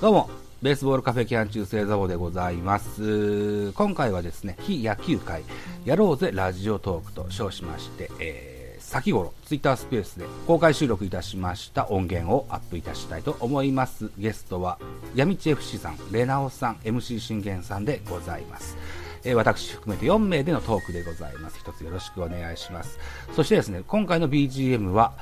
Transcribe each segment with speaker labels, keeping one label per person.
Speaker 1: どうも、ベースボールカフェキャン中世ザボでございます。今回はですね、非野球界、やろうぜラジオトークと称しまして、えー先頃、ツイッタースペースで公開収録いたしました音源をアップいたしたいと思います。ゲストは、闇地 FC さん、レナオさん、MC 信玄さんでございます。えー私含めて4名でのトークでございます。一つよろしくお願いします。そしてですね、今回の BGM は、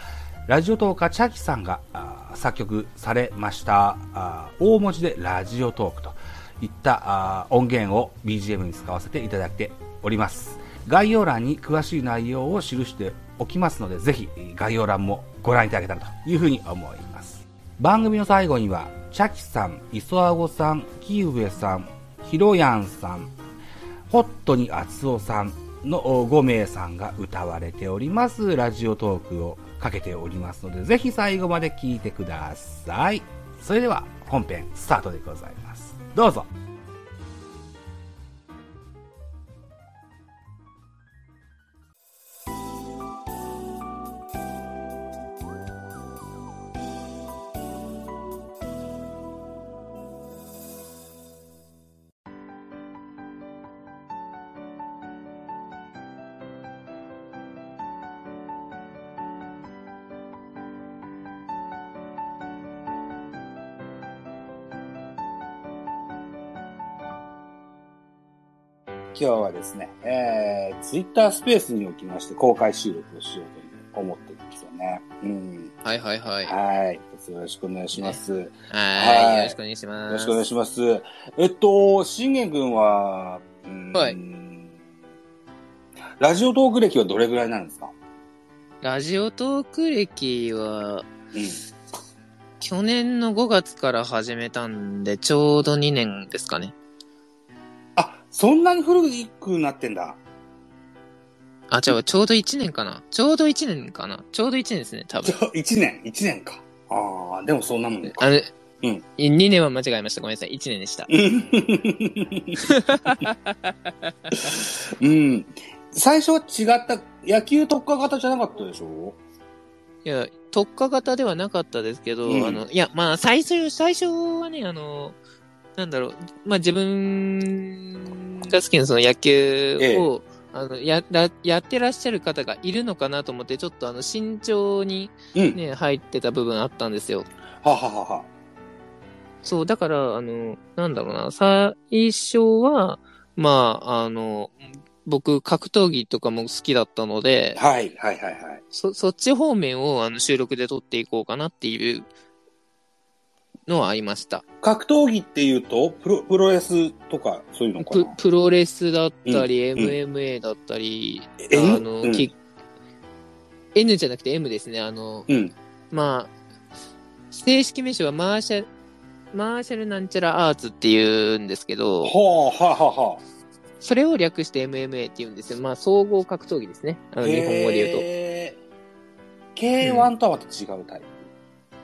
Speaker 1: ラジオトーカーチャキさんがあー作曲されましたあー大文字でラジオトークといったあー音源を BGM に使わせていただいております概要欄に詳しい内容を記しておきますのでぜひ概要欄もご覧いただけたらというふうに思います番組の最後にはチャキさん磯あごさん木上さんひろやんさんホットに厚尾さんの5名さんが歌われておりますラジオトークをかけておりますのでぜひ最後まで聞いてくださいそれでは本編スタートでございますどうぞ今日はですね、えー、ツイッタースペースにおきまして公開収録をしようというふうに思ってるんですよねうん
Speaker 2: はいはいはい。はい、
Speaker 1: はいよろしくお願いします、よ
Speaker 2: よろしくお願いします。
Speaker 1: ろしくお願いしますえっと信玄君は、うん
Speaker 2: はい
Speaker 1: ラジオトーク歴はどれぐらいなんですか
Speaker 2: ラジオトーク歴は、
Speaker 1: うん
Speaker 2: 去年の5月から始めたんで、ちょうど2年ですかね。
Speaker 1: あ、そんなに古くなってん だ。
Speaker 2: あ、違う、ちょうど1年かな。ちょうど1年かな。ちょうど1年ですね、多分。
Speaker 1: 1年、1年か。ああ、でもそんなもんね。
Speaker 2: あれ、
Speaker 1: うん
Speaker 2: 2年は間違えました。ごめんなさい。1年でした。
Speaker 1: うん。最初は違った、野球特化型じゃなかったでしょ
Speaker 2: いや、特化型ではなかったですけど、
Speaker 1: うん
Speaker 2: あの、いや、まあ、最初、最初はね、あの、なんだろう、まあ、自分が好きなその野球
Speaker 1: ええ
Speaker 2: を、あの、や、らやってらっしゃる方がいるのかなと思って、ちょっとあの、慎重に
Speaker 1: うん。
Speaker 2: ね、入ってた部分あったんですよ。
Speaker 1: はははは。
Speaker 2: そう、だから、あの、なんだろうな、最初は、まあ、あの、僕、格闘技とかも好きだったので、
Speaker 1: はい、はい、はい、はい。
Speaker 2: そ、そっち方面をあの収録で撮っていこうかなっていうのはありました。
Speaker 1: 格闘技っていうと、プロ、プロレスとか、そういうのか
Speaker 2: プ
Speaker 1: な
Speaker 2: プロレスだったり、
Speaker 1: うん
Speaker 2: MMA だったり、
Speaker 1: え
Speaker 2: あの、
Speaker 1: うん
Speaker 2: キッ N じゃなくて M ですね。あの、
Speaker 1: うん。
Speaker 2: まあ、正式名称はマーシャル、マーシャルなんちゃらアーツっていうんですけど、
Speaker 1: はあ、はあ、はあ、はあ。
Speaker 2: それを略して MMA って言うんですよ。まあ、総合格闘技ですね。あの日本語で言うと。
Speaker 1: 言うと。K1 とはまた違うタイプ。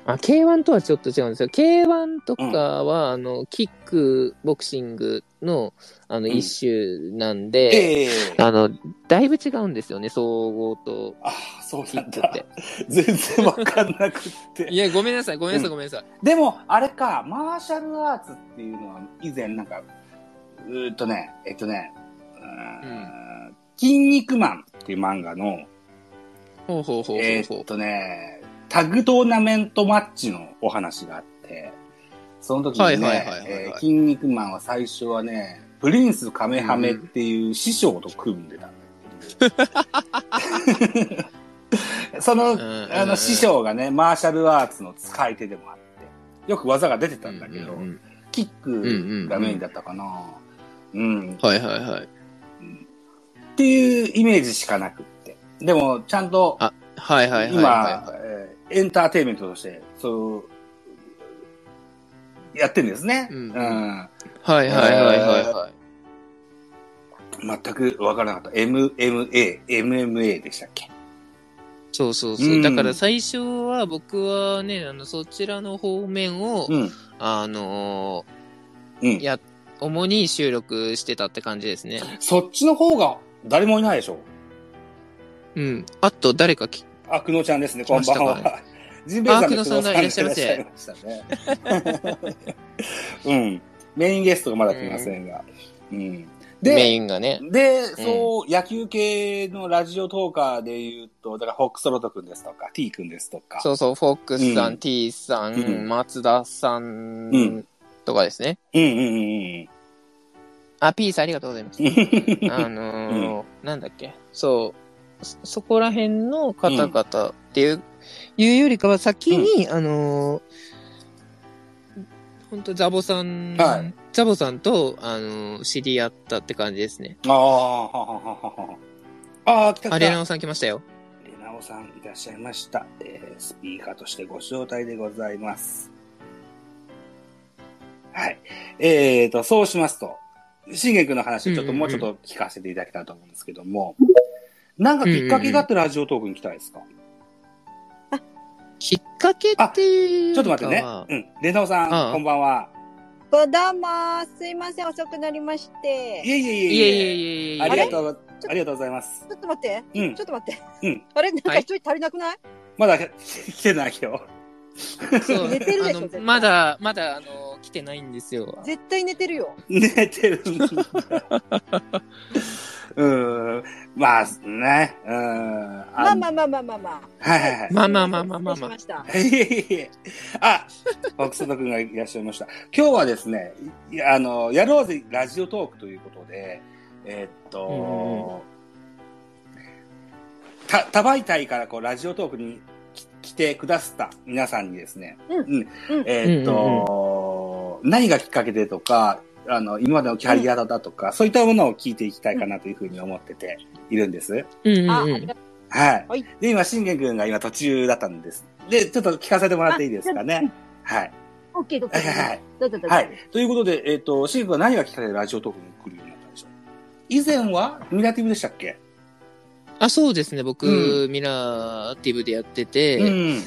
Speaker 2: あ、K1 とはちょっと違うんですよ。K1 とかは、あの、キック、ボクシングの、あの、
Speaker 1: うん
Speaker 2: 一種なんで、
Speaker 1: ええ
Speaker 2: あの、だいぶ違うんですよね、総合と
Speaker 1: ああ、そう
Speaker 2: キ
Speaker 1: な
Speaker 2: ッ
Speaker 1: ん
Speaker 2: ク
Speaker 1: だ
Speaker 2: っ。て。
Speaker 1: 全然わかんなくって。
Speaker 2: いや、ごめんなさい、ごめんなさ
Speaker 1: う
Speaker 2: い、
Speaker 1: ん
Speaker 2: ごめんなさい。
Speaker 1: でも、あれか、マーシャルアーツっていうのは、以前なんか、うーっとね、えっとね、うーん筋肉マンっていう漫画の、
Speaker 2: ほうほうほう
Speaker 1: えー
Speaker 2: ほうほ
Speaker 1: っとね、タッグトーナメントマッチのお話があって、その時に
Speaker 2: はいはいはい
Speaker 1: ね、
Speaker 2: はいはい
Speaker 1: えー筋肉マンは最初はね、プリンスカメハメっていう師匠と組んでたんだけ ど、その
Speaker 2: う。うん
Speaker 1: あの、師。匠がね、マーシャルアーツの使い手でもあって、よく技が出てた
Speaker 2: うんん
Speaker 1: だけど、
Speaker 2: うんうん
Speaker 1: キックがメインだったかな。うん
Speaker 2: はいはいはい。
Speaker 1: っていうイメージしかなくって。でも、ちゃんと、
Speaker 2: あはいはいはいはい
Speaker 1: 今
Speaker 2: は、
Speaker 1: えーエンターテインメントとして、そう、やってんですね。
Speaker 2: うん
Speaker 1: うん
Speaker 2: い。はいはいはいはいはい。
Speaker 1: 全くわからなかった。MMA、MMA でしたっけ
Speaker 2: そうそう
Speaker 1: う
Speaker 2: そ
Speaker 1: ん
Speaker 2: う。だから最初は僕はね、あの、そちらの方面を、
Speaker 1: うん。
Speaker 2: あの
Speaker 1: うん
Speaker 2: ー、。や、主に収録してたって感じですね。
Speaker 1: そっちの方が誰もいないでしょ
Speaker 2: うん。あと、誰かき、
Speaker 1: あ、くのちゃんですね、こんばん
Speaker 2: 来ました
Speaker 1: は。ジンベエさん
Speaker 2: あ久野さんがいらっしゃいませ
Speaker 1: いらっしゃいま したね。うん。メインゲストがまだ来ませんが。うん。
Speaker 2: メ
Speaker 1: で、
Speaker 2: インがね。
Speaker 1: で、そう、野球系のラジオトーカーで言うと、だから、フォックソロト君ですとか、T 君ですとか。
Speaker 2: そうそう、フォックスさ
Speaker 1: うん
Speaker 2: ん、T さ
Speaker 1: うん
Speaker 2: ん、松田さ
Speaker 1: うん
Speaker 2: んとかですね。
Speaker 1: うんうんうん
Speaker 2: あ、ピースありがとうござい ます。
Speaker 1: うん。
Speaker 2: あのー、なんだっけ。そう。そそこら辺の方々っていう、いうよりかは先に、あのー、本当ザボさん、
Speaker 1: はい
Speaker 2: ザボさんと、あのー知り合ったって感じですね。
Speaker 1: ああ、ははははは。ああ、来た来た。
Speaker 2: あ、レナオさん来ましたよ。
Speaker 1: レナオさんいらっしゃいました、えースピーカーとしてご招待でございます。はい。えーと、そうしますと、信玄君の話をちょっと、
Speaker 2: うんうん
Speaker 1: も
Speaker 2: う
Speaker 1: うんちょっと聞かせていただきたいと思うんですけども、なんかきっかけがあってラジオトークに来たいですか、
Speaker 2: きっかけっていう
Speaker 1: ちょっと待ってね。
Speaker 2: か
Speaker 1: うん。レナオさん、
Speaker 2: ああ
Speaker 1: こんばんは。
Speaker 3: どだまーすいません、遅くなりまし
Speaker 1: い
Speaker 3: て。
Speaker 1: えいえいえ
Speaker 2: い
Speaker 1: い
Speaker 2: や
Speaker 1: え。
Speaker 2: いやいやいや
Speaker 1: ありが
Speaker 2: う。
Speaker 1: とう、ありがとうございます。
Speaker 3: ちょっと待って、
Speaker 1: うん
Speaker 3: ちょ。っと待って。
Speaker 1: うん
Speaker 3: あれなんか
Speaker 2: はい
Speaker 3: 一人足りなくない、
Speaker 1: まだ来てないよ。
Speaker 2: そう
Speaker 3: 寝てるでしょ
Speaker 2: あの
Speaker 3: 絶対
Speaker 2: まだ、まだ、あの、来てないんですよ。
Speaker 3: 絶対寝てるよ。
Speaker 1: 寝てる んだ。うん。まあ、ね。うん。
Speaker 3: ま
Speaker 1: ま
Speaker 3: あまあまあまあまあまあ。
Speaker 1: はいはいはい。
Speaker 2: まあまあまあまあまあまあ
Speaker 3: 失礼しした
Speaker 1: いえいえいえあ、奥里くんがいらっしゃいました。今日はですね、いやあの、やろうぜラジオトークということで、えっと、た、多媒体からこう、ラジオトークにき来てくださった皆さんにですね、
Speaker 3: うんうん
Speaker 1: えっと、何がきっかけでとか、あの、今までのキャリアだとか、そういったものを聞いていきたいかなというふうに思ってているんです。
Speaker 2: うんうん
Speaker 3: あ、あ
Speaker 2: う
Speaker 3: り
Speaker 2: ん
Speaker 3: が。
Speaker 1: はい。
Speaker 3: はい
Speaker 1: で、今、信玄君が今途中だったんです。で、ちょっと聞かせてもらっていいですかね。はい。
Speaker 3: オッケー、どうぞ
Speaker 1: はいはいはい。
Speaker 3: どうぞどうぞ。
Speaker 1: はい。ということで、えっ、と、信玄君は何がきっかけでラジオトークに来るようになったんでしょう以前は、ミラティブでしたっけ、
Speaker 2: あ、そうですね。僕、
Speaker 1: う
Speaker 2: ミラーティブでやって
Speaker 1: う
Speaker 2: て、
Speaker 1: ん。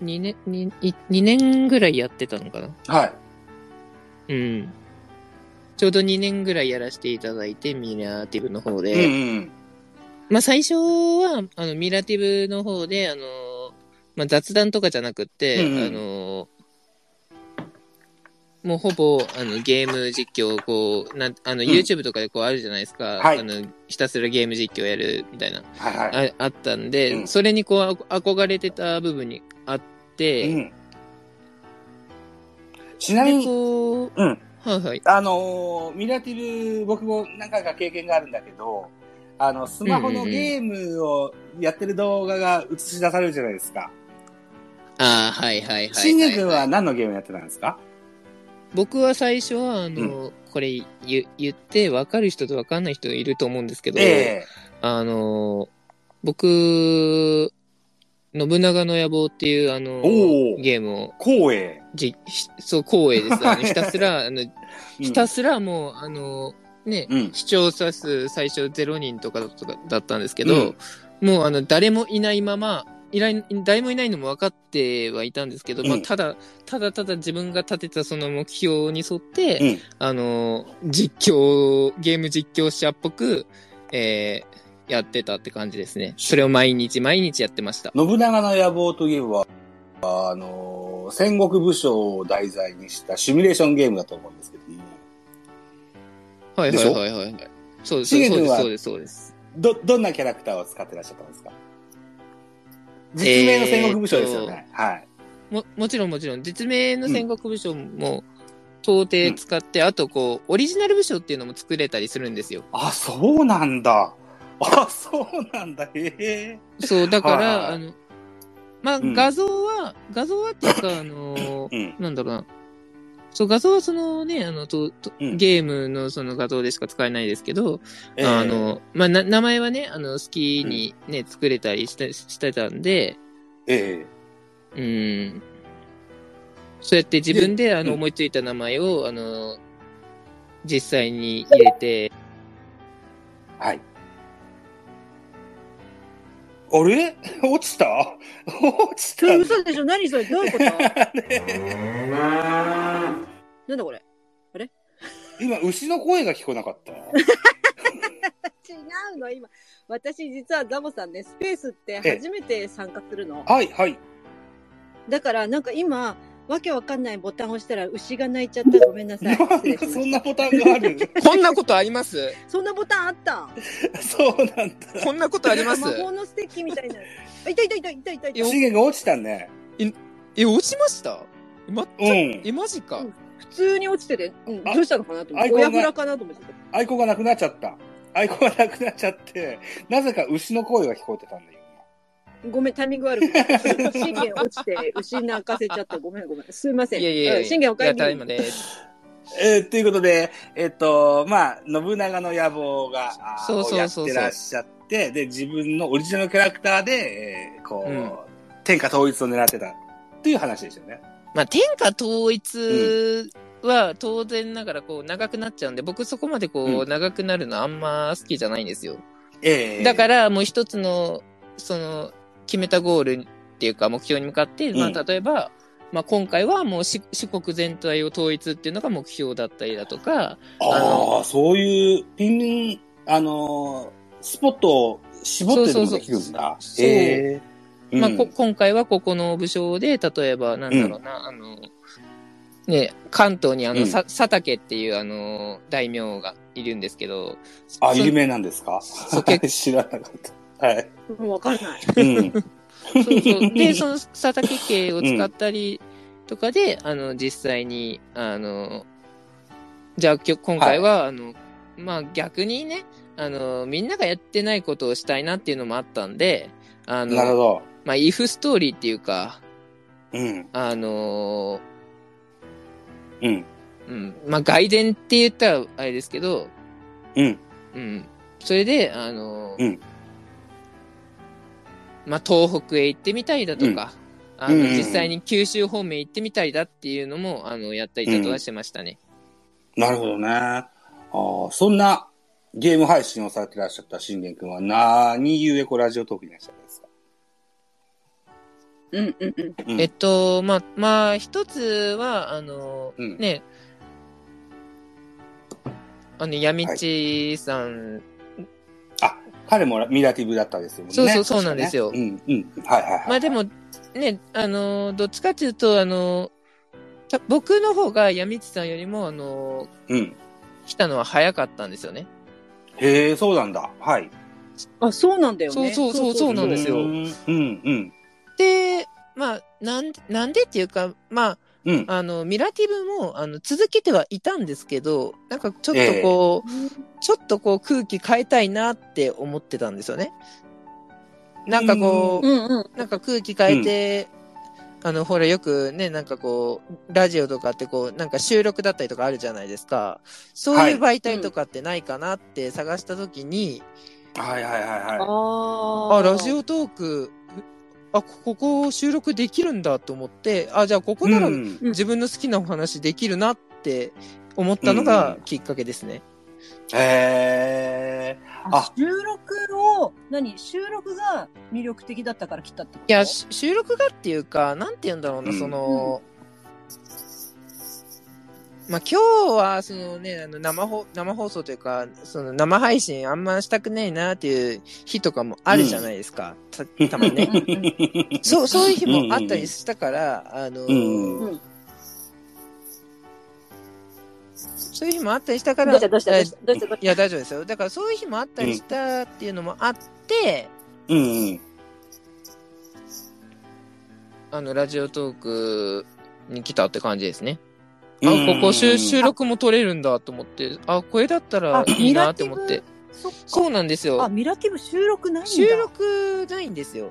Speaker 2: 二年、にい二年ぐらいやってたのかな。
Speaker 1: はい。
Speaker 2: うん。ちょうど2年ぐらいやらせていただいて、ミラーティブの方
Speaker 1: うんう
Speaker 2: で。
Speaker 1: ん。
Speaker 2: まあ最初は、あの、ミラーティブの方で、あのー、まあ雑談とかじゃなくって、
Speaker 1: うんうん
Speaker 2: あのー、もうほぼ、あの、ゲーム実況をこう、なん、あの、YouTube とかでこうあるじゃないですか。
Speaker 1: はい
Speaker 2: あの、ひたすらゲーム実況やるみたいな、
Speaker 1: はいは
Speaker 2: ああったんで、
Speaker 1: うん
Speaker 2: それにこう、あこ憧れてた部分にあっ
Speaker 1: い。
Speaker 2: て、
Speaker 1: うん。ちなみ
Speaker 2: で
Speaker 1: に、
Speaker 2: こう、
Speaker 1: うん。
Speaker 2: はいはい。
Speaker 1: あのーミラティブ、僕も何回か経験があるんだけど、あの、スマホの
Speaker 2: うんうんうん
Speaker 1: ゲームをやってる動画が映し出されるじゃないですか。
Speaker 2: ああ、はいはいはいはい。
Speaker 1: 信玄君は何のゲームやってたんですか
Speaker 2: 僕は最初は、あの、これ言言って、分かる人と分かんない人いると思うんですけど、
Speaker 1: ええ
Speaker 2: あの、僕、信長の野望っていう、あの
Speaker 1: おー、
Speaker 2: ゲームを、
Speaker 1: 光栄。
Speaker 2: じ、ひそう、光栄です。あの、ひたすら、あの、
Speaker 1: うん
Speaker 2: ひたすらもう、あの、ね、
Speaker 1: うん
Speaker 2: 視聴者数最初0人とかだったんですけ
Speaker 1: うん
Speaker 2: ど、もう、あの、誰もいないまま、いない誰もいないのも分かってはいたんですけど、ま
Speaker 1: う
Speaker 2: あ、
Speaker 1: ん
Speaker 2: ただ、ただただ自分が立てたその目標に沿って、
Speaker 1: うん
Speaker 2: あの、実況、ゲーム実況者っぽく、えーやってたって感じですね。それを毎日毎日やってました。
Speaker 1: 信長の野望といえば、あのー戦国武将を題材にしたシミュレーションゲームだと思うんですけども、
Speaker 2: はい
Speaker 1: で
Speaker 2: は
Speaker 1: し
Speaker 2: い
Speaker 1: ょ
Speaker 2: はいはいはい。そうです、
Speaker 1: シゲ君は
Speaker 2: そうです、そうです。
Speaker 1: ど、どんなキャラクターを使ってらっしゃったんですか実名の戦国武将ですよね。はい。
Speaker 2: も、もちろんもちろん、実名の戦国武将も、到底使って、あとこう、オリジナル武将っていうのも作れたりするんですよ。
Speaker 1: あ、そうなんだ。あ、そうなんだ。へえ。
Speaker 2: そう、だか
Speaker 1: はい
Speaker 2: ら、
Speaker 1: はい
Speaker 2: あの、まあ、
Speaker 1: うん
Speaker 2: 画像は、画像はっていうか、あの
Speaker 1: うん。
Speaker 2: なんだろうな。そう、画像はそのね、あの、と、と
Speaker 1: うん
Speaker 2: ゲームのその画像でしか使えないですけど、
Speaker 1: ええ
Speaker 2: あ、の、まあ、な、名前はね、あの、好きにね、作れたりして、してたんで、
Speaker 1: え
Speaker 2: うん。そうやって自分で、あ
Speaker 1: うん
Speaker 2: の、思いついた名前を、あの、実際に入れて、
Speaker 1: えはい。あれ 落ちた落ちた
Speaker 3: それ嘘でしょ何それどういうこと
Speaker 1: あれ
Speaker 3: なんだこれ
Speaker 1: 今、牛の声が聞こえなか った。
Speaker 3: 違うの今。私実はザボさんね、スペースって初めて参加するの。
Speaker 1: はい、はい。
Speaker 3: だから、なんか今、わけわかんないボタンを押したら牛が鳴いちゃった。ごめんなさい。失礼しま
Speaker 1: そん
Speaker 3: し
Speaker 1: なボタンがある
Speaker 2: こんなことあります
Speaker 3: たそんなボタンあった。
Speaker 1: そうなんだ。
Speaker 2: こんなことあり ます
Speaker 3: 魔法のステッキみたいな。あ、いたいたいたいたいたいた。
Speaker 1: 資源が落ちたね。
Speaker 2: え、落ちましたえ、ま、
Speaker 1: うん。
Speaker 2: え、マジか。
Speaker 3: うん普通に落ちてて、うん、
Speaker 1: あ
Speaker 3: どうしたのかなと思っ
Speaker 1: アイ
Speaker 3: て。
Speaker 1: コンが
Speaker 3: 親フラかなと思ってた。
Speaker 1: アイコンがなくなっちゃった。アイコンがなくなっちゃって、なぜか牛の声が聞こえてたんだよ。
Speaker 3: ごめん、タイミング悪くて。信玄落ちて、牛泣かせちゃった。ごめん、ごめん。すいません。
Speaker 2: いやいや
Speaker 3: う
Speaker 2: い
Speaker 3: ん
Speaker 2: や。
Speaker 3: 信玄おか
Speaker 2: い
Speaker 3: え
Speaker 2: や、タイ
Speaker 3: り
Speaker 2: ム。です。
Speaker 1: えー、ということで、えっ、と、まあ、信長の野望が、あー
Speaker 2: そうそうそうそう
Speaker 1: やってらっしゃって、で、自分のオリジナルキャラクターで、えーこう、
Speaker 2: うん
Speaker 1: 天下統一を狙ってたっていう話ですよね。
Speaker 2: まあ、天下統一は当然ながらこう長くなっちゃうんで、僕そこまでこう、
Speaker 1: うん
Speaker 2: 長くなるのあんま好きじゃないんですよ。
Speaker 1: ええ
Speaker 2: だからもう一つの、その、決めたゴールっていうか目標に向かって、まあ
Speaker 1: うん
Speaker 2: 例えば、まあ今回はもう四四国全体を統一っていうのが目標だったりだとか、
Speaker 1: ああ、そういうピンミン、あのースポットを絞ってるのができるんだ。
Speaker 2: そうそうそう
Speaker 1: ええ
Speaker 2: まあ
Speaker 1: うん
Speaker 2: こ今回はここの武将で、例えばなんだろうな、あの、ね、関東にあ
Speaker 1: う
Speaker 2: の、
Speaker 1: ん
Speaker 2: さ佐竹っていうあの、大名がいるんですけど、
Speaker 1: あ、
Speaker 2: そ
Speaker 1: 有名なんですか
Speaker 2: そけ
Speaker 1: 知らなかった。はい。
Speaker 3: もうわかんない。
Speaker 1: うん。
Speaker 2: そ うそう。で、その佐竹系を使ったりとかで、あの、実際に、あの、じゃあ今日今回は、あの、まあ逆にね、あの、みんながやってないことをしたいなっていうのもあったんで、 あ
Speaker 1: なるほ
Speaker 2: の、
Speaker 1: ど。
Speaker 2: まあ、イフストーリーっていうか、
Speaker 1: うん。
Speaker 2: あの、
Speaker 1: うん。
Speaker 2: うん、まあ外伝って言ったらあれですけど、
Speaker 1: うん。
Speaker 2: うん。それで、あの、
Speaker 1: うん
Speaker 2: まあ、東北へ行ってみたりだとか、あ
Speaker 1: うん
Speaker 2: の、
Speaker 1: うんうん
Speaker 2: 実際に九州方面行ってみたりだっていうのも、あの、やったりだとかしてましたね。
Speaker 1: なるほどね。あーそんなゲーム配信をされてらっしゃった信玄君は何ゆえこうラジオトークにいらっしゃったんですか
Speaker 3: うんうんうん。
Speaker 1: うん
Speaker 2: えっと、まあ、まあ、一つは、あの、
Speaker 1: うん
Speaker 2: ね、あの、闇地さん、
Speaker 1: あ、彼もミラティブだったですよね。
Speaker 2: そうそうそうなんですよ
Speaker 1: 確かねうん、うん。はいはいはい。
Speaker 2: まあでも、ね、あの、どっちかっていうと、あの、た僕の方が闇地さんよりも、あの、
Speaker 1: うん。
Speaker 2: 来たのは早かったんですよね。
Speaker 1: へえ、そうなんだ。はい。
Speaker 3: あ、そうなんだよね。
Speaker 2: そうそうそうそうなんですよ
Speaker 1: うん、うん、
Speaker 2: で、まあ、なん、なんでっていうか、ま
Speaker 1: うん。
Speaker 2: あ、あの、ミラティブも、あの、続けてはいたんですけど、なんかちょっとこう、ちょっとこう空気変えたいなって思ってたんですよね。なんかこう、
Speaker 3: うんうん。
Speaker 2: なんか空気変えて、あの、ほら、よくね、なんかこう、ラジオとかってこう、なんか収録だったりとかあるじゃないですか。そういう媒体とかってないかなって探したときに、
Speaker 1: はいはいはいは
Speaker 3: あ
Speaker 2: あ、ラジオトーク、あ、ここ収録できるんだと思って、あ、じゃあここ
Speaker 1: い。
Speaker 2: なら
Speaker 1: うん
Speaker 2: 自分の好きなお話できるなって思ったのがきっかけですね。
Speaker 1: へえ。あ
Speaker 3: 収録を、何収録が魅力的だったから来たってこと
Speaker 2: いや、し収録がっていうか、なんて言うんだろうな、
Speaker 1: うん
Speaker 2: その、まあ、今日は、そのね、あの生放、生放送というか、その生配信あんましたくねえなっていう日とかもあるじゃないですか。た、たまに ね。
Speaker 3: うんうん
Speaker 2: そう、そういう日もあったりしたから、あの、
Speaker 1: うんうん
Speaker 3: うん
Speaker 2: そういう日もあったりしたから、
Speaker 3: どうしたどうしたどうしたどうしたどうし
Speaker 2: いや、大丈夫ですよ。だからそういう日もあったりしたっていうのもあって、
Speaker 1: うんうん。
Speaker 2: あの、ラジオトークに来たって感じですね。あ、
Speaker 1: うん
Speaker 2: ここ収収録も撮れるんだと思って、あ、これだったら
Speaker 3: あ
Speaker 2: いいなって思って。
Speaker 3: たそっ
Speaker 2: そ
Speaker 3: か。
Speaker 2: うなんです
Speaker 3: あ、
Speaker 2: よ。
Speaker 3: ミラティブ収録ないんだ。
Speaker 2: 収録ないんですよ。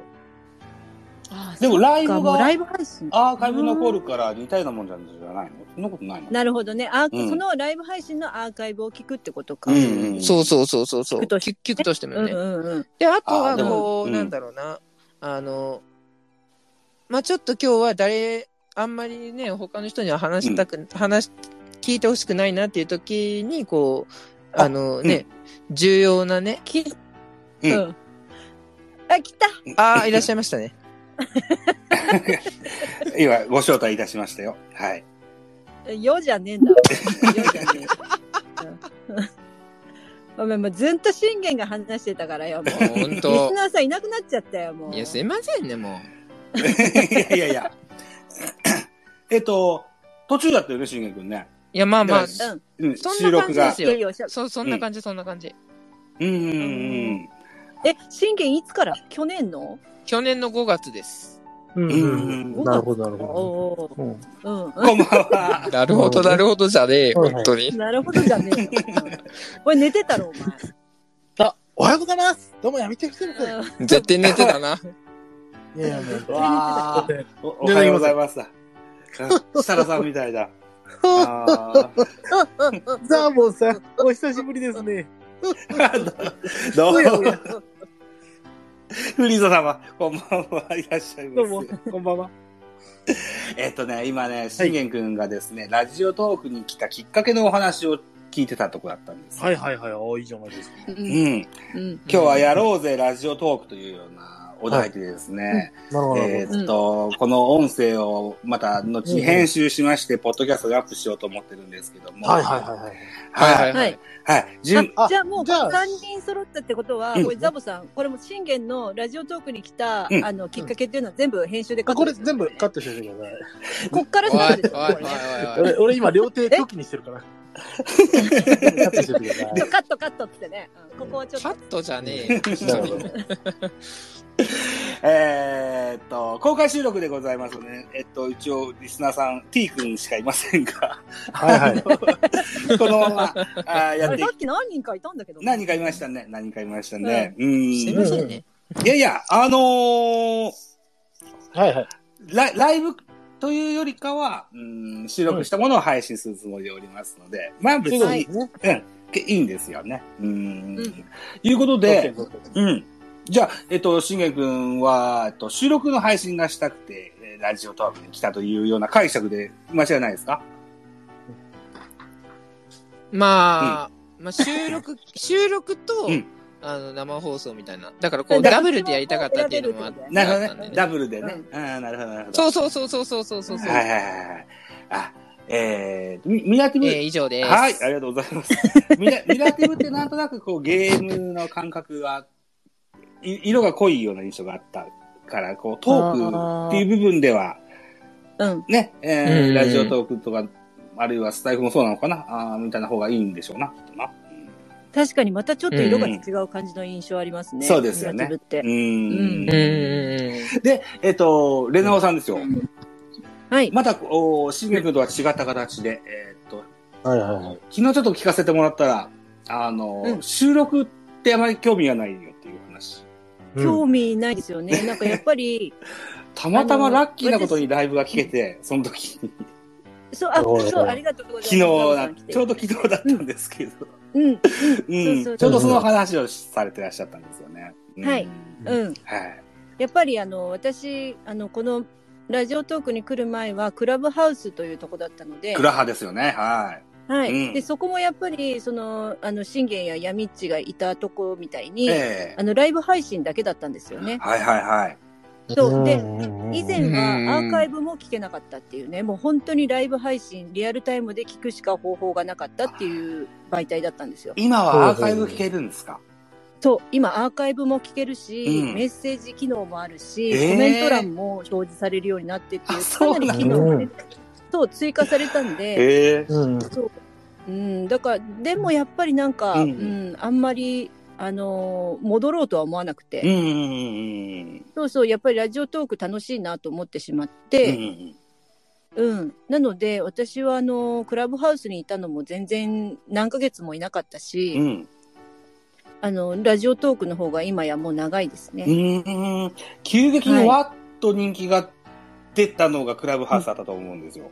Speaker 3: あ。
Speaker 1: でもライブが
Speaker 3: そっかもうライブ配信。
Speaker 1: アーカイブ残るから似たようなもんじゃないのそんなことないの
Speaker 3: なるほどね。あ、
Speaker 1: うん
Speaker 3: そのライブ配信のアーカイブを聞くってことか。
Speaker 1: うんうん。
Speaker 2: そうそうそうそうそう。
Speaker 3: 聞くとし
Speaker 2: 聞聞くとしても
Speaker 3: うん
Speaker 2: ね。
Speaker 3: うんうん。
Speaker 2: で、あと
Speaker 1: あ
Speaker 2: は
Speaker 1: でも
Speaker 2: こ
Speaker 1: う
Speaker 2: う、
Speaker 1: ん
Speaker 2: なんだろうな。あの、まあ、ちょっと今日は誰、あんまりね、他の人には話したく、話、聞いてほしくないなっていう時に、こう、
Speaker 1: あ
Speaker 2: あのね、重要なね、
Speaker 3: き、
Speaker 1: う
Speaker 3: うんん。あ、来た。
Speaker 2: ああ、いらっしゃいまし たね。
Speaker 1: 今、ご招待いたしましたよ。はい。
Speaker 3: よじゃねえんだわ。よじゃねえ。うんごめん、もうずっと信玄が話してたからよ、もう。リ
Speaker 2: 本
Speaker 3: ス
Speaker 2: 当。
Speaker 3: ナーさんいなくなっちゃったよ、もう。
Speaker 2: いや、すいませんね、も
Speaker 1: いやいやいや。 えっと、途中だったよね、信玄君ね。
Speaker 2: いや、まあまあ、
Speaker 1: う
Speaker 3: うん。
Speaker 1: うん、
Speaker 2: そんな
Speaker 1: 収録
Speaker 2: 感
Speaker 1: が
Speaker 2: じです。
Speaker 3: い
Speaker 2: よ
Speaker 3: よいよしゃ
Speaker 2: そ、そんな感じ、そんな感じ。
Speaker 1: うんうんうん。
Speaker 3: え、信玄いつから去年の
Speaker 2: 去年の5月です。
Speaker 4: うん
Speaker 1: うん
Speaker 4: うんなるほど、なるほ
Speaker 3: おー
Speaker 4: ど。うん
Speaker 3: うんう
Speaker 1: こんばんは。
Speaker 2: なるほど、なるほどじゃねえ、
Speaker 4: はいは
Speaker 2: 本
Speaker 4: い
Speaker 2: 当に
Speaker 3: ん。。なるほどじゃねえよ。うんおい、寝てたろ、お
Speaker 4: あ、おはようございますどうもやめてきてる
Speaker 3: 前。うん
Speaker 2: 絶対寝てたな。
Speaker 4: いやいや、
Speaker 1: わ
Speaker 4: ー
Speaker 1: おおはようございます。設楽さんみたいだ。あ
Speaker 4: ザーボンさん、お久しぶりですね。
Speaker 1: ーど
Speaker 4: おや
Speaker 1: う
Speaker 4: お
Speaker 1: も、
Speaker 4: や
Speaker 1: フリーザ様、こんばんは、いらっしゃい
Speaker 4: ど
Speaker 1: ま
Speaker 4: うも
Speaker 1: せ。、
Speaker 4: こんばんは。
Speaker 1: えっとね、今ね、信玄君がですね、ラジオトークに来たきっかけのお話を聞いてたとこだったんです。
Speaker 4: はいはいはい、おいいじゃないですか。
Speaker 3: う
Speaker 1: うんん。
Speaker 3: うん
Speaker 1: 今日はやろうぜ、ラジオトークというようなお題でですね、
Speaker 4: なるほど、な
Speaker 1: え
Speaker 4: る
Speaker 1: ーっと、この音声をまた後に編集しまして、ポッドキャストでアップしようと思ってるんですけど
Speaker 4: ほ
Speaker 1: も。。
Speaker 4: ど。はいはいはいはい。
Speaker 2: はいはいいは
Speaker 3: はいい。。
Speaker 1: はい。順、
Speaker 3: あじゃあもう
Speaker 4: じゃあ
Speaker 3: 3人揃ったってことは、
Speaker 1: うん
Speaker 3: これザボさん、これも信玄のラジオトークに来た、
Speaker 1: うん
Speaker 3: あのきっかけっていうのは全部編集でカッ
Speaker 4: あ
Speaker 3: ト
Speaker 4: こ
Speaker 3: で
Speaker 4: れ
Speaker 3: す
Speaker 4: 全部カットしてください。
Speaker 3: こっからス
Speaker 2: お
Speaker 3: タート
Speaker 2: い
Speaker 3: です
Speaker 2: おい
Speaker 3: よ、これ
Speaker 2: おい
Speaker 3: ね
Speaker 2: おい
Speaker 4: 俺、俺今両手拒否にしてるから。カットしてください。
Speaker 3: カットカットっつってね、うんここはちょっ
Speaker 2: カ
Speaker 3: と
Speaker 2: ットじゃねえよ。
Speaker 4: なるほど。
Speaker 1: えーっと、公開収録でございますのでね。えっと、一応、リスナーさん、T 君しかいませんが、
Speaker 4: はいはい。
Speaker 1: このまま、あー
Speaker 3: あ
Speaker 1: やっ
Speaker 3: れ
Speaker 1: て
Speaker 3: さ
Speaker 1: い
Speaker 3: っき何人かいたんだけど
Speaker 1: 何人かいましたね。何人かいましたね。うん。
Speaker 2: すい
Speaker 1: い
Speaker 2: ませんね。
Speaker 1: やいや、あのー
Speaker 4: はいはい。
Speaker 1: ライライブというよりかは、うん、収録したものを配信するつもりでおりますので、まあ別
Speaker 4: そう
Speaker 1: に
Speaker 4: ですね。
Speaker 1: いいんですよね。うん。
Speaker 3: うん
Speaker 1: いうことで、
Speaker 4: OK OK
Speaker 1: うん。じゃあ、えっと、しんげ君は、えっと、収録の配信がしたくて、えーラジオトークに来たというような解釈で間違いないですか
Speaker 2: まあ、まあ収録、収録と
Speaker 1: うん、
Speaker 2: あの、生放送みたいな。だからこう、
Speaker 3: だ
Speaker 2: ダブルでやりたかったっていうのもあっ
Speaker 1: なるほ
Speaker 2: あった
Speaker 1: ど
Speaker 2: ん
Speaker 1: ね
Speaker 2: で。
Speaker 1: ダ
Speaker 2: ね。
Speaker 1: ブルでね。
Speaker 3: う
Speaker 1: ああ、なるほど、なるほど。
Speaker 2: そうそうそうそうそうそうそう。
Speaker 1: はいは
Speaker 2: え
Speaker 1: いはいはい。あ、えー、み、ミラティブ、
Speaker 2: ー、以上です。
Speaker 1: はい、ありがとうございます。ミラミラティブってなんとなくこうゲームの感覚が、い色が濃いような印象があったから、こうトークっていう部分では、
Speaker 3: うん
Speaker 1: ね、え
Speaker 2: う
Speaker 1: ー
Speaker 2: ん
Speaker 1: ラジオトークとか、あるいはスタイフもそうなのかな、あーみたいな方がいいんでしょうな、きっとな。
Speaker 3: 確かにまたちょっと色が違う感じの印象ありますね、
Speaker 1: そうですよね
Speaker 3: ミ
Speaker 1: う
Speaker 3: ラティブって
Speaker 1: ん。
Speaker 2: うんうんうん。
Speaker 1: で、えっ、と、レナオさんですよ。
Speaker 3: はい
Speaker 1: また、おー、しげ君とは違った形で、えっ、と、
Speaker 4: はいはいはい。
Speaker 1: 昨日ちょっと聞かせてもらったら、あの、
Speaker 3: うん
Speaker 1: 収録ってあまり興味がないよっていう話。
Speaker 3: 興味ないですよね、なんかやっぱり
Speaker 1: たまたまラッキーなことにライブが聞けて、その時に、
Speaker 3: そう あ
Speaker 4: おいおい
Speaker 3: そうありがとうござ
Speaker 1: 昨
Speaker 3: い
Speaker 1: 日
Speaker 3: ま
Speaker 1: な
Speaker 3: す、
Speaker 1: ちょうど昨日だったんですけど、
Speaker 3: うん
Speaker 1: うん、ち
Speaker 3: そ
Speaker 1: ょ
Speaker 3: うそう
Speaker 1: うどその話をされてらっしゃったんですよね。うん
Speaker 3: はい。うん
Speaker 1: はい。
Speaker 3: やっぱりあの私あのこのラジオトークに来る前はクラブハウスというとこだったので
Speaker 1: クラハですよね、は
Speaker 3: はい、
Speaker 1: うん
Speaker 3: でそこもやっぱりそのあの信玄や闇っちがいたとこみたい
Speaker 1: い。
Speaker 3: に、
Speaker 1: ええ
Speaker 3: あのライブ配信だけだったんですよね。
Speaker 1: はいはいはい。
Speaker 3: そうで
Speaker 4: ん
Speaker 3: 以前はアーカイブも聞けなかったっていうね、もう本当にライブ配信、リアルタイムで聞くしか方法がなかったっていう媒体だったんですよ。
Speaker 1: 今はアーカイブ聞けるんですか
Speaker 3: そう、今アーカイブも聞けるし、
Speaker 1: うん
Speaker 3: メッセージ機能もあるし、
Speaker 1: えー
Speaker 3: コメント欄も表示されるようになってって
Speaker 1: あ
Speaker 3: いう、か
Speaker 1: そうなん
Speaker 3: なり
Speaker 1: だ
Speaker 3: 機能がね、そう、追加されたんで、
Speaker 1: ええ
Speaker 4: うん。
Speaker 3: そう。うん、だから、でもやっぱりなんか、
Speaker 1: う
Speaker 3: うんん、あんまり、あのー戻ろうとは思わなくて、
Speaker 1: うんうん
Speaker 3: そうそう、やっぱりラジオトーク楽しいなと思ってしまっ
Speaker 1: うんうん。う
Speaker 3: て、
Speaker 1: ん
Speaker 3: うん、なので、私はあのークラブハウスにいたのも全然何ヶ月もいなかったし、
Speaker 1: うん
Speaker 3: あの、ラジオトークの方が今やもう長いですね。
Speaker 1: うん。うん。急激にわっと人気が出たのがクラブハウスだったと思うんですよ。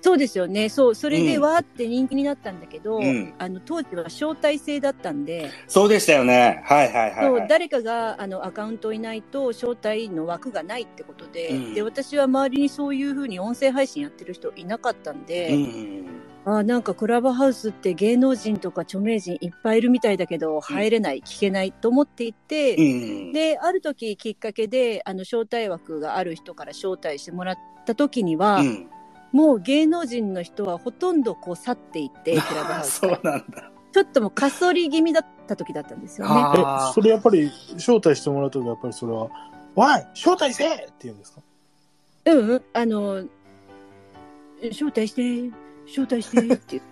Speaker 3: そうですよね、そう、それで
Speaker 1: うん
Speaker 3: わーって人気になったんだけど、
Speaker 1: うん
Speaker 3: あの、当時は招待制だったんで、
Speaker 1: そうでしたよね。はいはいはいは
Speaker 3: そう
Speaker 1: い。
Speaker 3: 誰かがあのアカウントいないと招待の枠がないってことで,、
Speaker 1: うん
Speaker 3: で私は周りにそういうふうに音声配信やってる人いなかったん
Speaker 1: うん
Speaker 3: で、
Speaker 1: うんうん。
Speaker 3: あーなんかクラブハウスって芸能人とか著名人いっぱいいるみたいだけど入れない、聞けないと思っていて、
Speaker 1: うん
Speaker 3: である時きっかけであの招待枠がある人から招待してもらった時には、
Speaker 1: うん、
Speaker 3: もう芸能人の人はほとんどこう去っていってクラブハウ
Speaker 1: そ
Speaker 3: スから
Speaker 1: うなんだ。
Speaker 3: ちょっともうかそり気味だった時だったんですよね。
Speaker 4: え
Speaker 1: あ、
Speaker 4: それやっぱり、招待してもらうときやっぱりそれは、わい招待せえって言うんですか
Speaker 3: うんうん、あの、招待して、招待してって言う。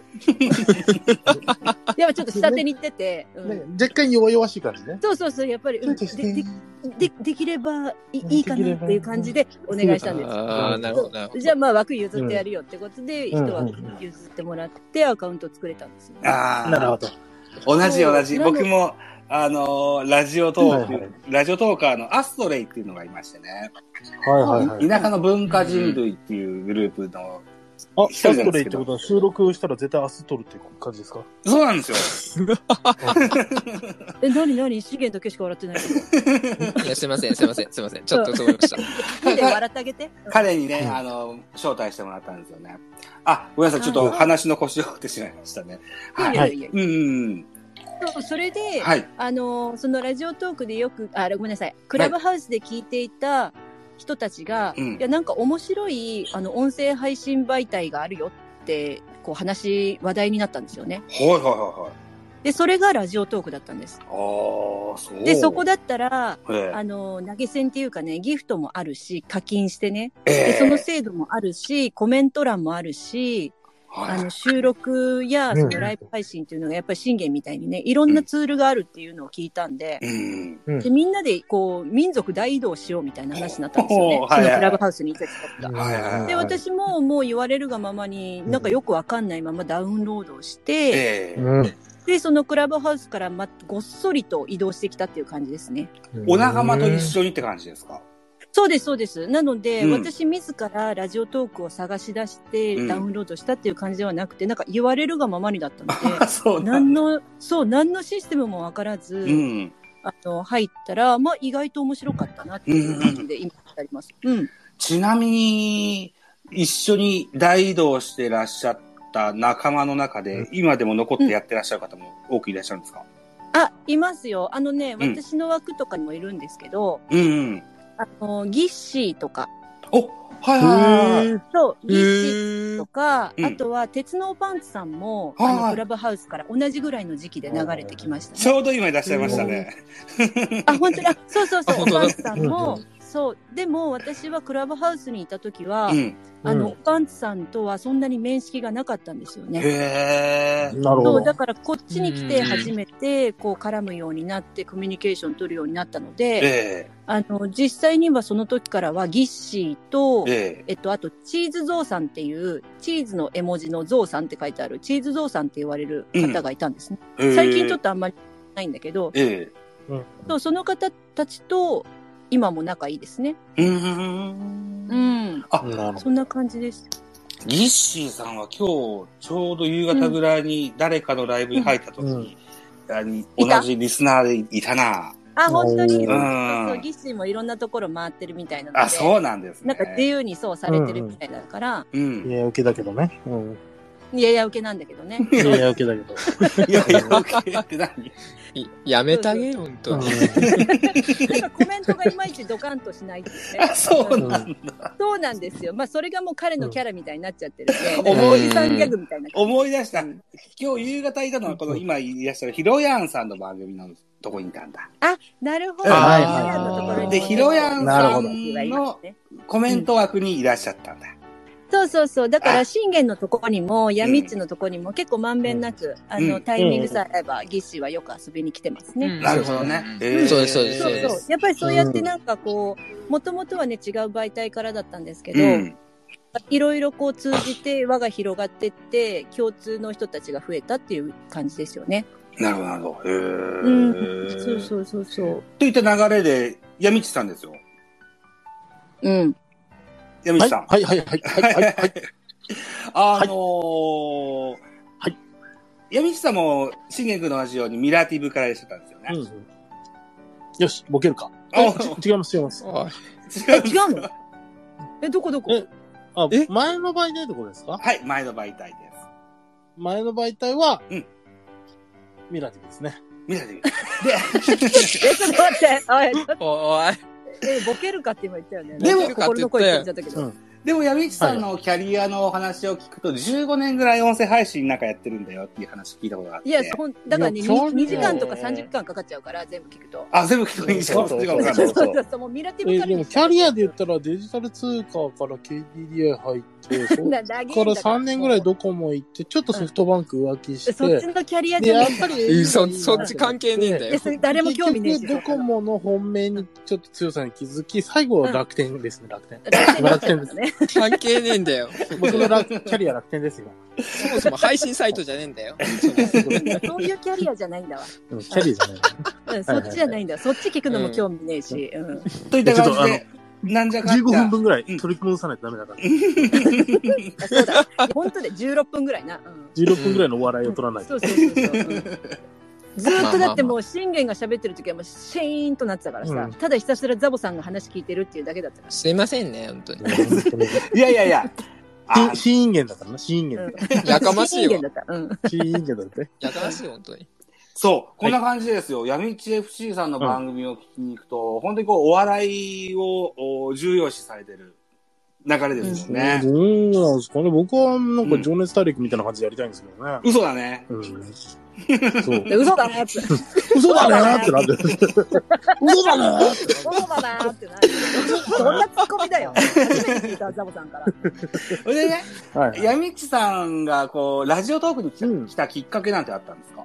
Speaker 3: やっぱちょっと下手に行ってて、うん
Speaker 4: ね若干弱々しい感じね。
Speaker 3: そうそうそう、やっぱり、うん、で
Speaker 4: そうです
Speaker 3: で
Speaker 4: ね
Speaker 3: でできればいいいいかなっていう感じでお願いしたんです。
Speaker 2: ああ、なるほど、なるほ
Speaker 3: じゃあまあ枠譲ってやるよってことで、
Speaker 4: うん
Speaker 3: 一枠譲ってもらってアカウント作れたんですよ。
Speaker 1: ああ、
Speaker 4: なるほど。
Speaker 1: 同じ同じ。
Speaker 3: そうなんで
Speaker 1: 僕も、あのーラジオトーク、
Speaker 4: はいはい
Speaker 1: ラジオトーカーのアストレイっていうのがいましてね。
Speaker 4: はいはいはい。
Speaker 1: 田舎の文化人類っていうグループの、
Speaker 4: あ、アストレイってことは収録したら絶対明日撮るっていう感じですか
Speaker 1: そうなんです
Speaker 3: え、なになに資源だけしか笑ってないけど。
Speaker 2: ど。いや、すいません、すいません、すいません。ちょっとそう思いました。
Speaker 3: 見て笑ってあげて。
Speaker 1: よ。彼にね、あの、招待してもらったんですよね。あ、ごめんなさい、ちょっと話の腰を折ってしまいましたね。はい
Speaker 3: いやいやいや
Speaker 1: うんうん
Speaker 3: そうそれで、
Speaker 1: うん。はい。
Speaker 3: あのそのラジオトークでよく、あ、ごめんなさい、クラブハウスで聞いていた人たちが、
Speaker 1: うん
Speaker 3: いや、なんか面白い、あの、音声配信媒体があるよって、こう話、話題になったんですよね。
Speaker 1: はいはいはいはい。
Speaker 3: で、それがラジオトークだったんです。
Speaker 1: ああ、そう。
Speaker 3: で、そこだったら、
Speaker 1: ええ、
Speaker 3: あの投げ銭っていうかね、ギフトもあるし、課金してね、
Speaker 1: ええ
Speaker 3: でその制度もあるし、コメント欄もあるし、
Speaker 1: は
Speaker 3: あ
Speaker 1: い
Speaker 3: の収録や
Speaker 4: うん
Speaker 3: そのライブ配信っていうのがやっぱり信玄みたいにね、いろんなツールがあるっていうのを聞いたんで、
Speaker 1: うん。
Speaker 3: でみんなでこう民族大移動しようみたいな話になったんですよね
Speaker 1: おー。
Speaker 3: そ
Speaker 1: はい
Speaker 3: の
Speaker 1: はい
Speaker 3: クラブハウスにいた時とか。
Speaker 1: はいはいはい
Speaker 3: で、私ももう言われるがままに、
Speaker 4: うん
Speaker 3: なんかよくわかんないままダウンロードをして、
Speaker 1: ええ
Speaker 4: うん。
Speaker 3: で、そのクラブハウスからま、ごっそりと移動してきたっていう感じですね。
Speaker 1: お仲間と一緒にって感じですか
Speaker 3: そうです、そうです。なので、
Speaker 1: うん
Speaker 3: 私自らラジオトークを探し出して、
Speaker 1: うん
Speaker 3: ダウンロードしたっていう感じではなくて、なんか言われるがままにだったの
Speaker 1: あそう
Speaker 3: で、
Speaker 1: なん
Speaker 3: 何の、そう、何のシステムもわからず、
Speaker 1: うん。
Speaker 3: あの、入ったら、まあ、意外と面白かったなっていう感じで、今、あります。うん。
Speaker 1: ちなみに、一緒に大移動してらっしゃった仲間の中で、
Speaker 4: うん
Speaker 1: 今でも残ってやってらっしゃる方も多くいらっしゃるんですか
Speaker 3: あ、いますよ。あのね、
Speaker 1: うん
Speaker 3: 私の枠とかにもいるんですけど、
Speaker 1: うんうん。
Speaker 3: あの、ギッシーとか、
Speaker 1: おはいはいはい。
Speaker 4: へ
Speaker 3: そう、ギッシー
Speaker 2: え
Speaker 3: とか、
Speaker 1: うん
Speaker 3: あとは、鉄のパンツさんも、
Speaker 1: はい
Speaker 3: あの、クラブハウスから同じぐらいの時期で流れてきましたね。
Speaker 1: ちょうど今いらっしゃいましたね。
Speaker 3: あ、本当に、あ、そうそうそ
Speaker 2: あ
Speaker 3: う、お
Speaker 2: 本当だ
Speaker 3: ばんつさんも
Speaker 4: う、
Speaker 3: そう、でも私はクラブハウスにいた時は、
Speaker 1: うん。
Speaker 3: あの、
Speaker 4: うん
Speaker 3: おばんつさんとはそんなに面識がなかったんですよね。
Speaker 1: へえ。
Speaker 4: なる
Speaker 3: そ
Speaker 4: ほ
Speaker 3: う、だ
Speaker 4: ど。
Speaker 3: からこっちに来て初めて、こう絡むようになって、コミュニケーション取るようになったので、
Speaker 1: え
Speaker 3: あの、実際にはその時からは、ギッシーと
Speaker 1: え。、え
Speaker 3: えっと、あと、チーズゾウさんっていう、チーズの絵文字のゾウさんって書いてある、チーズゾウさんって言われる方がいたんですね。
Speaker 1: え。
Speaker 3: 最近ちょっ
Speaker 1: と。
Speaker 3: とあんまりないんだけど、
Speaker 1: え
Speaker 3: そうその方たちと、今も仲いいですね。
Speaker 1: え。うん。
Speaker 3: うん。
Speaker 4: なるほ
Speaker 3: そんな感じです。
Speaker 1: ギッシーさんは今日、ちょうど夕方ぐらいに誰かのライブに入った時、
Speaker 4: うん
Speaker 1: あに
Speaker 3: い
Speaker 1: 同
Speaker 3: た
Speaker 1: じリスナーでいたな。
Speaker 3: あ、本当に。
Speaker 4: うん
Speaker 3: そうそう、ギッシーもいろんなところ回ってるみたいなので。
Speaker 1: あ、そうなんですね。
Speaker 3: なんか自由にそうされてるみたいだから、
Speaker 1: う
Speaker 4: ど。
Speaker 1: ん。
Speaker 4: いや、受けだけどね。うん。
Speaker 3: いやいや受けなんだけど ね。
Speaker 4: いや、受けだけど。
Speaker 1: いやいや、OK って何
Speaker 2: いやめてあげよ、ほんと。
Speaker 3: なんかコメントがいまいちドカンとしないっていうね
Speaker 1: あ、 そうなんだ。
Speaker 3: そうなんですよ。まあそれがもう彼のキャラみたいになっちゃってるんで、
Speaker 1: うん
Speaker 3: なんかおじさんギャグみたいな。
Speaker 1: 思い出した。今日夕方いたのは、この今いらっしゃるヒロヤンさんの番組のとこにいたんだ。
Speaker 3: なるほど。
Speaker 1: はい
Speaker 3: ヒロヤンのところにも
Speaker 1: でヒロヤン
Speaker 4: さんの
Speaker 1: コメント枠にいらっしゃったんだ。
Speaker 3: そうそうそう。だか
Speaker 1: あ
Speaker 3: ら、信玄のとこにも、ヤミッチのとこにも、結構まんべんなく、あ
Speaker 1: う
Speaker 3: の、
Speaker 1: ん
Speaker 3: タイミングさえあれば、ギッシーはよく遊びに来てますね。
Speaker 2: うん
Speaker 1: なるほどね。
Speaker 2: うん
Speaker 1: えー
Speaker 2: そうですそうです
Speaker 3: そう
Speaker 2: です
Speaker 3: そう。やっぱりそうやってなんかこう、もともとはね、違う媒体からだったんですけど、
Speaker 1: うん。
Speaker 3: いろいろこう通じて輪が広がってって、共通の人たちが増えたっていう感じですよね。
Speaker 1: なるほど、なるほど。へー
Speaker 3: うん。そうそうそうそう。
Speaker 1: といった流れで、闇地さんですよ。
Speaker 3: うん。
Speaker 1: 闇地
Speaker 4: はい、
Speaker 1: さん。
Speaker 4: はい、はい、はい、はい、はいはい。
Speaker 1: あのー、
Speaker 4: はい。
Speaker 1: 闇地さんも、信玄君と同じようにミラーティブからいらっしゃったんですよね。
Speaker 4: うんよし、ボケるか。
Speaker 1: あ
Speaker 4: あち違います、違います。
Speaker 2: おい
Speaker 3: え、
Speaker 1: 違う
Speaker 3: 違うのえ、どこどこ
Speaker 4: えあ
Speaker 2: え、
Speaker 4: 前の媒体どこですか
Speaker 1: はい、前の媒体です。
Speaker 4: 前の媒体は
Speaker 1: うん、
Speaker 4: ミラティブですね。
Speaker 1: ミラーティ
Speaker 3: え、ちょっと待って。あえ、
Speaker 2: おい。
Speaker 3: えボケるかって今言ったよね。
Speaker 1: でも
Speaker 3: なんか心の声聞いちゃったけ
Speaker 4: う
Speaker 3: ど
Speaker 4: ん。
Speaker 1: でも、闇市さんのキャリアのお話を聞くと、15年ぐらい音声配信なんかやってるんだよっていう話聞いたことがあって。
Speaker 3: いや、ほんだからね、
Speaker 4: いやそう
Speaker 3: 2, 時間とか3 0時間かかっちゃうから、全部聞くと。
Speaker 1: あ、全部聞くといいんじゃん。
Speaker 4: そう
Speaker 1: 違
Speaker 4: そうう
Speaker 1: か
Speaker 4: そ
Speaker 1: な
Speaker 4: う
Speaker 3: そうそうそう、もうミラテ
Speaker 4: え
Speaker 3: ィブ
Speaker 4: ー
Speaker 3: カ
Speaker 4: で
Speaker 3: ル
Speaker 4: もキャリアで言ったらデジタル通貨から KDDI 入 って、そっか
Speaker 3: だから
Speaker 4: ら3年ぐらいドコモ行って、ちょっとソフトバンク浮気して、
Speaker 3: そっちのキャリア
Speaker 4: で、
Speaker 3: じゃな
Speaker 4: や
Speaker 3: い
Speaker 4: っぱり
Speaker 3: い
Speaker 4: au
Speaker 2: そそっち関係ねえんだよ
Speaker 3: や、それ誰も興味ねえし。
Speaker 4: 結局ドコモの本命にちょっと強さに気づき、最後は楽天ですね、楽天。
Speaker 3: 楽天になっちゃったからね。
Speaker 2: 関係ねえんだよ。
Speaker 4: 僕の楽キ ャリア楽天ですよ。
Speaker 2: そもそも配信サイトじゃねえんだよ。
Speaker 3: そういうキャリアじゃないんだわ。
Speaker 4: でもキャリアじゃないな。
Speaker 3: うん、そっちじゃないんだ。そっち聞くのも興味ねえし。うん。
Speaker 1: といった
Speaker 4: ちょっと
Speaker 1: 感
Speaker 4: あ
Speaker 1: じ
Speaker 4: の
Speaker 1: で、なんじゃかん
Speaker 4: 15
Speaker 1: じゃ
Speaker 4: 分。分ぐらい
Speaker 1: うん
Speaker 4: 取り崩さないとダメだから。
Speaker 3: あそうだ。本当で16分ぐらいな。うん。
Speaker 4: 16分ぐらいのお笑いを取らない
Speaker 3: そ
Speaker 4: と。
Speaker 3: うそうそうそう。うんずーっとだってもう信玄が喋ってる時はもうシェーンとなってたからさ、
Speaker 4: うん
Speaker 3: ただひたすらザボさんが話聞いてるっていうだけだったか
Speaker 2: すいませんね、本当に。
Speaker 1: いやいやい や。あ
Speaker 4: シーン源だからな、シーン
Speaker 3: ら。う
Speaker 4: 源。
Speaker 3: ん
Speaker 2: やかましいわ
Speaker 3: 信玄だった。うん。
Speaker 4: シーン源だって。
Speaker 2: やかましい、本当に。
Speaker 1: そう、こんな感じですよ。闇市 FC さんの番組を聞きに行くと、本当にこう、お笑いをお重要視されてる流れですもん ね
Speaker 4: ど。うなんですかね。僕はなんか情熱大陸みたいな感じでやりたいんですけどね。
Speaker 1: 嘘だね。
Speaker 4: うん。 そう。
Speaker 3: で嘘だなって。
Speaker 4: 嘘だねーってなんで。嘘だねーって。
Speaker 3: 嘘だなってな。どんなツッコミだよ。初めて聞いたザボさんから。
Speaker 1: それでね、
Speaker 4: はい。
Speaker 1: 闇市さんがこう、ラジオトークに来た,、
Speaker 4: うん
Speaker 1: 来たきっかけなんてあったんですか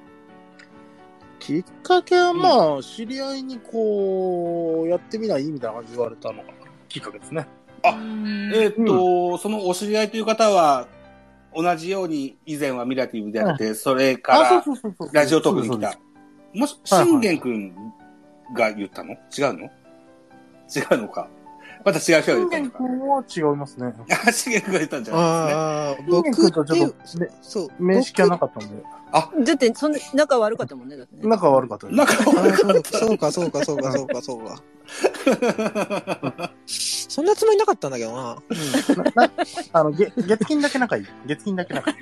Speaker 4: きっかけはまあ、知り合いにこう、やってみないみたいな感じで言われたのがきっかけですね。
Speaker 1: あえーっ、と、そのお知り合いという方は、同じように以前はミラティブでやって、それから
Speaker 4: そうそうそう
Speaker 1: ラジオトークに来た。。もし、
Speaker 4: はいはい
Speaker 1: 信玄くんが言ったの違うの違うのか。また違う人が言っ
Speaker 4: 信
Speaker 1: た
Speaker 4: 玄
Speaker 1: のか
Speaker 4: く。んは違いますね。
Speaker 1: あ、信玄くんが言ったんじゃないですね。
Speaker 5: ああ、
Speaker 4: 信玄
Speaker 5: 僕
Speaker 4: くんと
Speaker 5: って
Speaker 4: はち
Speaker 5: い
Speaker 4: ょっ
Speaker 5: う、
Speaker 4: と、ね、
Speaker 5: そう。
Speaker 4: 面識はなかったんで、
Speaker 3: だって、そんな、仲悪かったもんね、だってね。
Speaker 4: 仲悪 かったです。
Speaker 1: なんか、
Speaker 5: 僕あーそうか、そうか、そうか、そうか、そうか。そんなつもりなかったんだけどな。
Speaker 4: ななあの、げ月金だけ仲いい。月金だけ仲い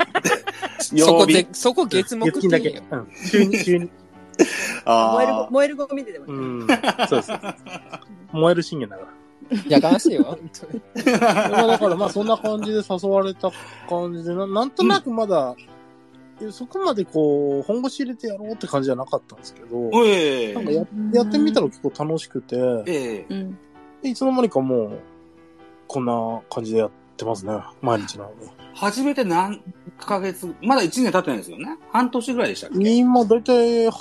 Speaker 4: い。
Speaker 2: そこ
Speaker 1: 曜日
Speaker 2: で、そこ月目
Speaker 4: 月金だけ。
Speaker 2: よ。
Speaker 4: うん。週に、週に。
Speaker 3: 燃える
Speaker 1: あ、ー
Speaker 3: 燃えるゴミででも
Speaker 4: う
Speaker 3: ね。
Speaker 4: ん。そうです。燃える信玄だから。
Speaker 2: やかましいわ、本当に。
Speaker 4: まあだからまあそんな感じで誘われた感じで、ななんとなくまだ、えそこまでこう、本腰入れてやろうって感じじゃなかったんですけど、
Speaker 1: おい
Speaker 4: なんかややってみたら結構楽しくて、
Speaker 1: ええ
Speaker 3: うん。
Speaker 4: でいつの間にかもう、こんな感じでやってますね。毎日なので。
Speaker 1: 初めて何ヶ月、まだ1年経ってないですよね。半年ぐらいでしたっけ
Speaker 4: 今だいたい7、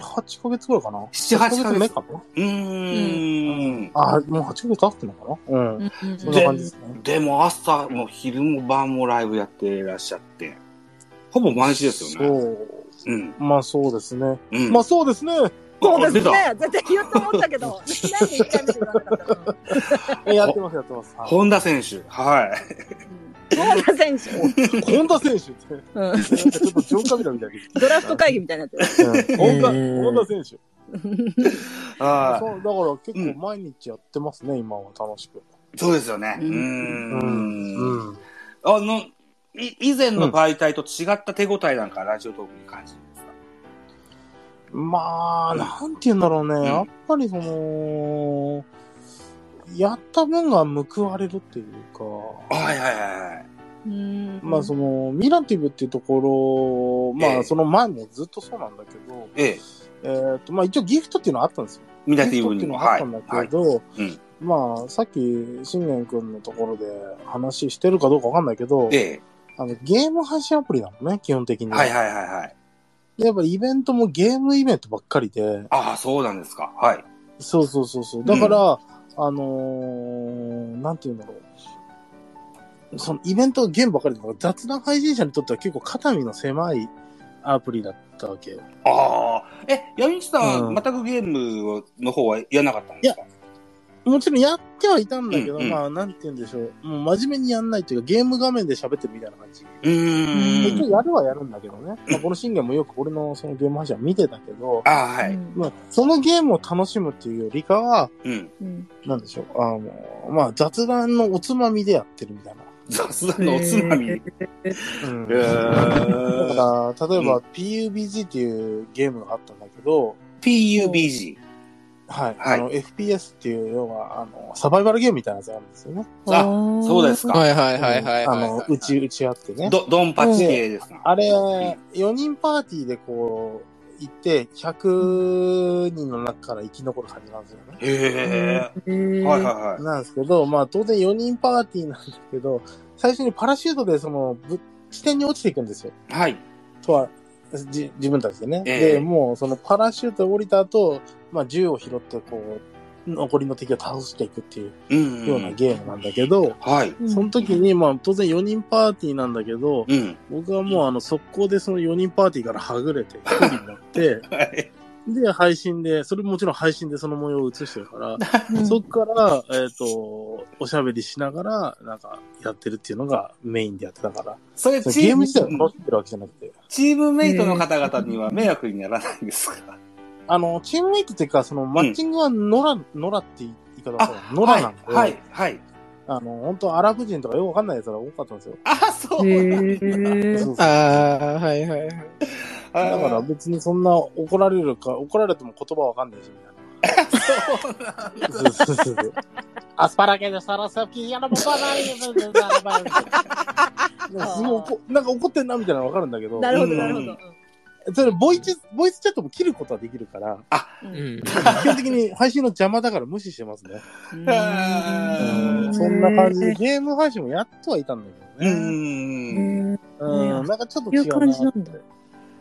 Speaker 4: 8ヶ月ぐらいかな。
Speaker 1: 7 8ヶ月
Speaker 4: 目かな
Speaker 1: うーん。
Speaker 4: あ、もう8ヶ月経ってんのかなうん。そんな感じですね。
Speaker 1: でも朝も昼も晩もライブやってらっしゃって、ほぼ毎日ですよね。
Speaker 4: そう。
Speaker 1: うん。
Speaker 4: まあそうですね。
Speaker 1: うん。
Speaker 4: まあそう ですね。
Speaker 3: そうです
Speaker 1: あ
Speaker 3: ね。絶対言うと思ったけど。 なんで一回目で言わなかったの
Speaker 4: えやってます、やってます。
Speaker 1: 出た
Speaker 4: はい
Speaker 1: 本田選手。はい。
Speaker 3: うん本田選手。
Speaker 4: 本田選手って。
Speaker 3: うん
Speaker 4: なんかちょっとジョンカビラみたい
Speaker 3: ドラフト会議みたいになってる。
Speaker 4: な。本田、本田選手。そう、
Speaker 1: はう
Speaker 4: だから結構
Speaker 1: ん
Speaker 4: 毎日やってますね、今は楽しく。
Speaker 1: い。そうですよね。うー
Speaker 3: うん
Speaker 1: ん。
Speaker 4: ん。
Speaker 1: あの、い以前の媒体と違った手応えなんかラジオトークに感じるんですか
Speaker 4: まあ、なんて言うんだろうね。
Speaker 1: ん
Speaker 4: やっぱりその、やった分が報われるっていうか、
Speaker 1: はいはいはいはい。
Speaker 3: うん
Speaker 4: まあその、ミラティブっていうところ、
Speaker 1: え
Speaker 4: ま
Speaker 1: え
Speaker 4: あその前もずっとそうなんだけど、
Speaker 1: ええ。
Speaker 4: えっと、まあ一応ギフトっていうのはあったんですよ。
Speaker 1: ミラティ
Speaker 4: ギフト
Speaker 1: ブ
Speaker 4: ってい
Speaker 1: に
Speaker 4: うの
Speaker 1: も。
Speaker 4: は
Speaker 1: は
Speaker 4: あっ
Speaker 1: い
Speaker 4: たんだ。
Speaker 1: はい
Speaker 4: け。ど、
Speaker 1: うん
Speaker 4: まあさっき、信玄くんのところで話してるかどうかわかんないけど、
Speaker 1: ええ。
Speaker 4: あの、ゲーム配信アプリなのね、基本的に。
Speaker 1: はいはいはいはい。
Speaker 4: でやっぱりイベントもゲームイベントばっかりで、
Speaker 1: ああ、そうなんですか。はい。
Speaker 4: そうそうそうそう。だから、あのー、なんて言うんだろう。そのイベントゲームばっかりだから雑談配信者にとっては結構肩身の狭いアプリだったわけよ。
Speaker 1: ああ。え、闇市さん
Speaker 4: うん
Speaker 1: は全くゲームの方はやらなかったんですか
Speaker 4: もちろんやってはいたんだけど、
Speaker 1: うんうん
Speaker 4: まあなんて言うんでしょう。もう真面目にやんないというかゲーム画面で喋ってるみたいな感じ。
Speaker 1: うー
Speaker 4: 一応
Speaker 1: ん。
Speaker 4: やるはやるんだけどね。まあこの信玄もよく俺のそのゲーム配信は見てたけど、
Speaker 1: ああ、はい。
Speaker 4: まあそのゲームを楽しむっていうよりかは、
Speaker 1: うん。
Speaker 4: なんでしょう、あの、まあ、雑談のおつまみでやってるみたいな。
Speaker 1: 雑談のおつまみ。え
Speaker 4: うんだ
Speaker 1: ー、
Speaker 4: から、例え
Speaker 1: う
Speaker 4: ば PUBG っていうゲームがあったんだけど、
Speaker 1: PUBG。
Speaker 4: はい。
Speaker 1: はい
Speaker 4: あの、FPS っていう、要は、あの、サバイバルゲームみたいなやつがあるんですよね。
Speaker 1: あそうですか。
Speaker 5: はいはいはいはい。
Speaker 4: あの、打ち、打ち合ってね。
Speaker 1: ど、ドンパチ系ですか。
Speaker 4: あれ、4人パーティーでこう、行って、100人の中から生き残る感じなんですよね。
Speaker 1: へえ。はいはいはい。
Speaker 4: なんですけど、まあ当然4人パーティーなんですけど、最初にパラシュートでその、ぶ地点に落ちていくんですよ。
Speaker 1: はい。
Speaker 4: とは、じ自分たちでね。
Speaker 1: ええ
Speaker 4: で、もうそのパラシュートで降りた後、まあ銃を拾ってこう、残りの敵を倒していくっていう
Speaker 1: うん
Speaker 4: ようなゲームなんだけど、
Speaker 1: はい。
Speaker 4: その時にまあ当然4人パーティーなんだけど、
Speaker 1: うん。
Speaker 4: 僕はもうあの速攻でその4人パーティーからはぐれて、一人になって、
Speaker 1: はい。
Speaker 4: で、配信で、それもちろん配信でその模様を映してるから、
Speaker 3: うん
Speaker 4: そっから、えっ、と、おしゃべりしながら、なんか、やってるっていうのがメインでやってたから、
Speaker 1: それ
Speaker 4: その
Speaker 1: チ
Speaker 4: ゲー
Speaker 1: ー
Speaker 4: ム
Speaker 1: ム、
Speaker 4: 自体を楽しんでるわけじゃなくて、
Speaker 1: チームメイトの方々には迷惑にならないんですか
Speaker 4: あの、チームメイトっていうか、その、マッチングはノラ、ノラって言い方だから、ノラなんで、
Speaker 1: はい。はいはい。
Speaker 4: あの、本当アラブ人とかよくわかんない奴ら多かったんですよ。
Speaker 1: あ、そう
Speaker 2: へ
Speaker 1: なんだ。
Speaker 2: ー
Speaker 4: そうそう
Speaker 5: ああ、はいはいはい。
Speaker 1: あ
Speaker 4: だ
Speaker 1: ー
Speaker 4: から別にそんな怒られるか、怒られても言葉わかんないし、みたいな。そうそうそうそう。アスパラゲでサラサキやらもばないよ、全然やらばいよなんかすごい怒なんか怒ってんなみたいなのわかるんだけど、
Speaker 3: なるほど、
Speaker 1: うん
Speaker 3: なるほど。
Speaker 4: それボイチボイスチャットも切ることはできるから、
Speaker 2: うん。
Speaker 4: 基本的に配信の邪魔だから無視してますね。
Speaker 1: うん
Speaker 4: そんな感じで、ゲーム配信もやっとはいたんだけど
Speaker 1: う
Speaker 4: ね。
Speaker 1: ん。
Speaker 4: うん、なんかちょっと違
Speaker 3: そうい
Speaker 4: うな。
Speaker 3: う感じなんだ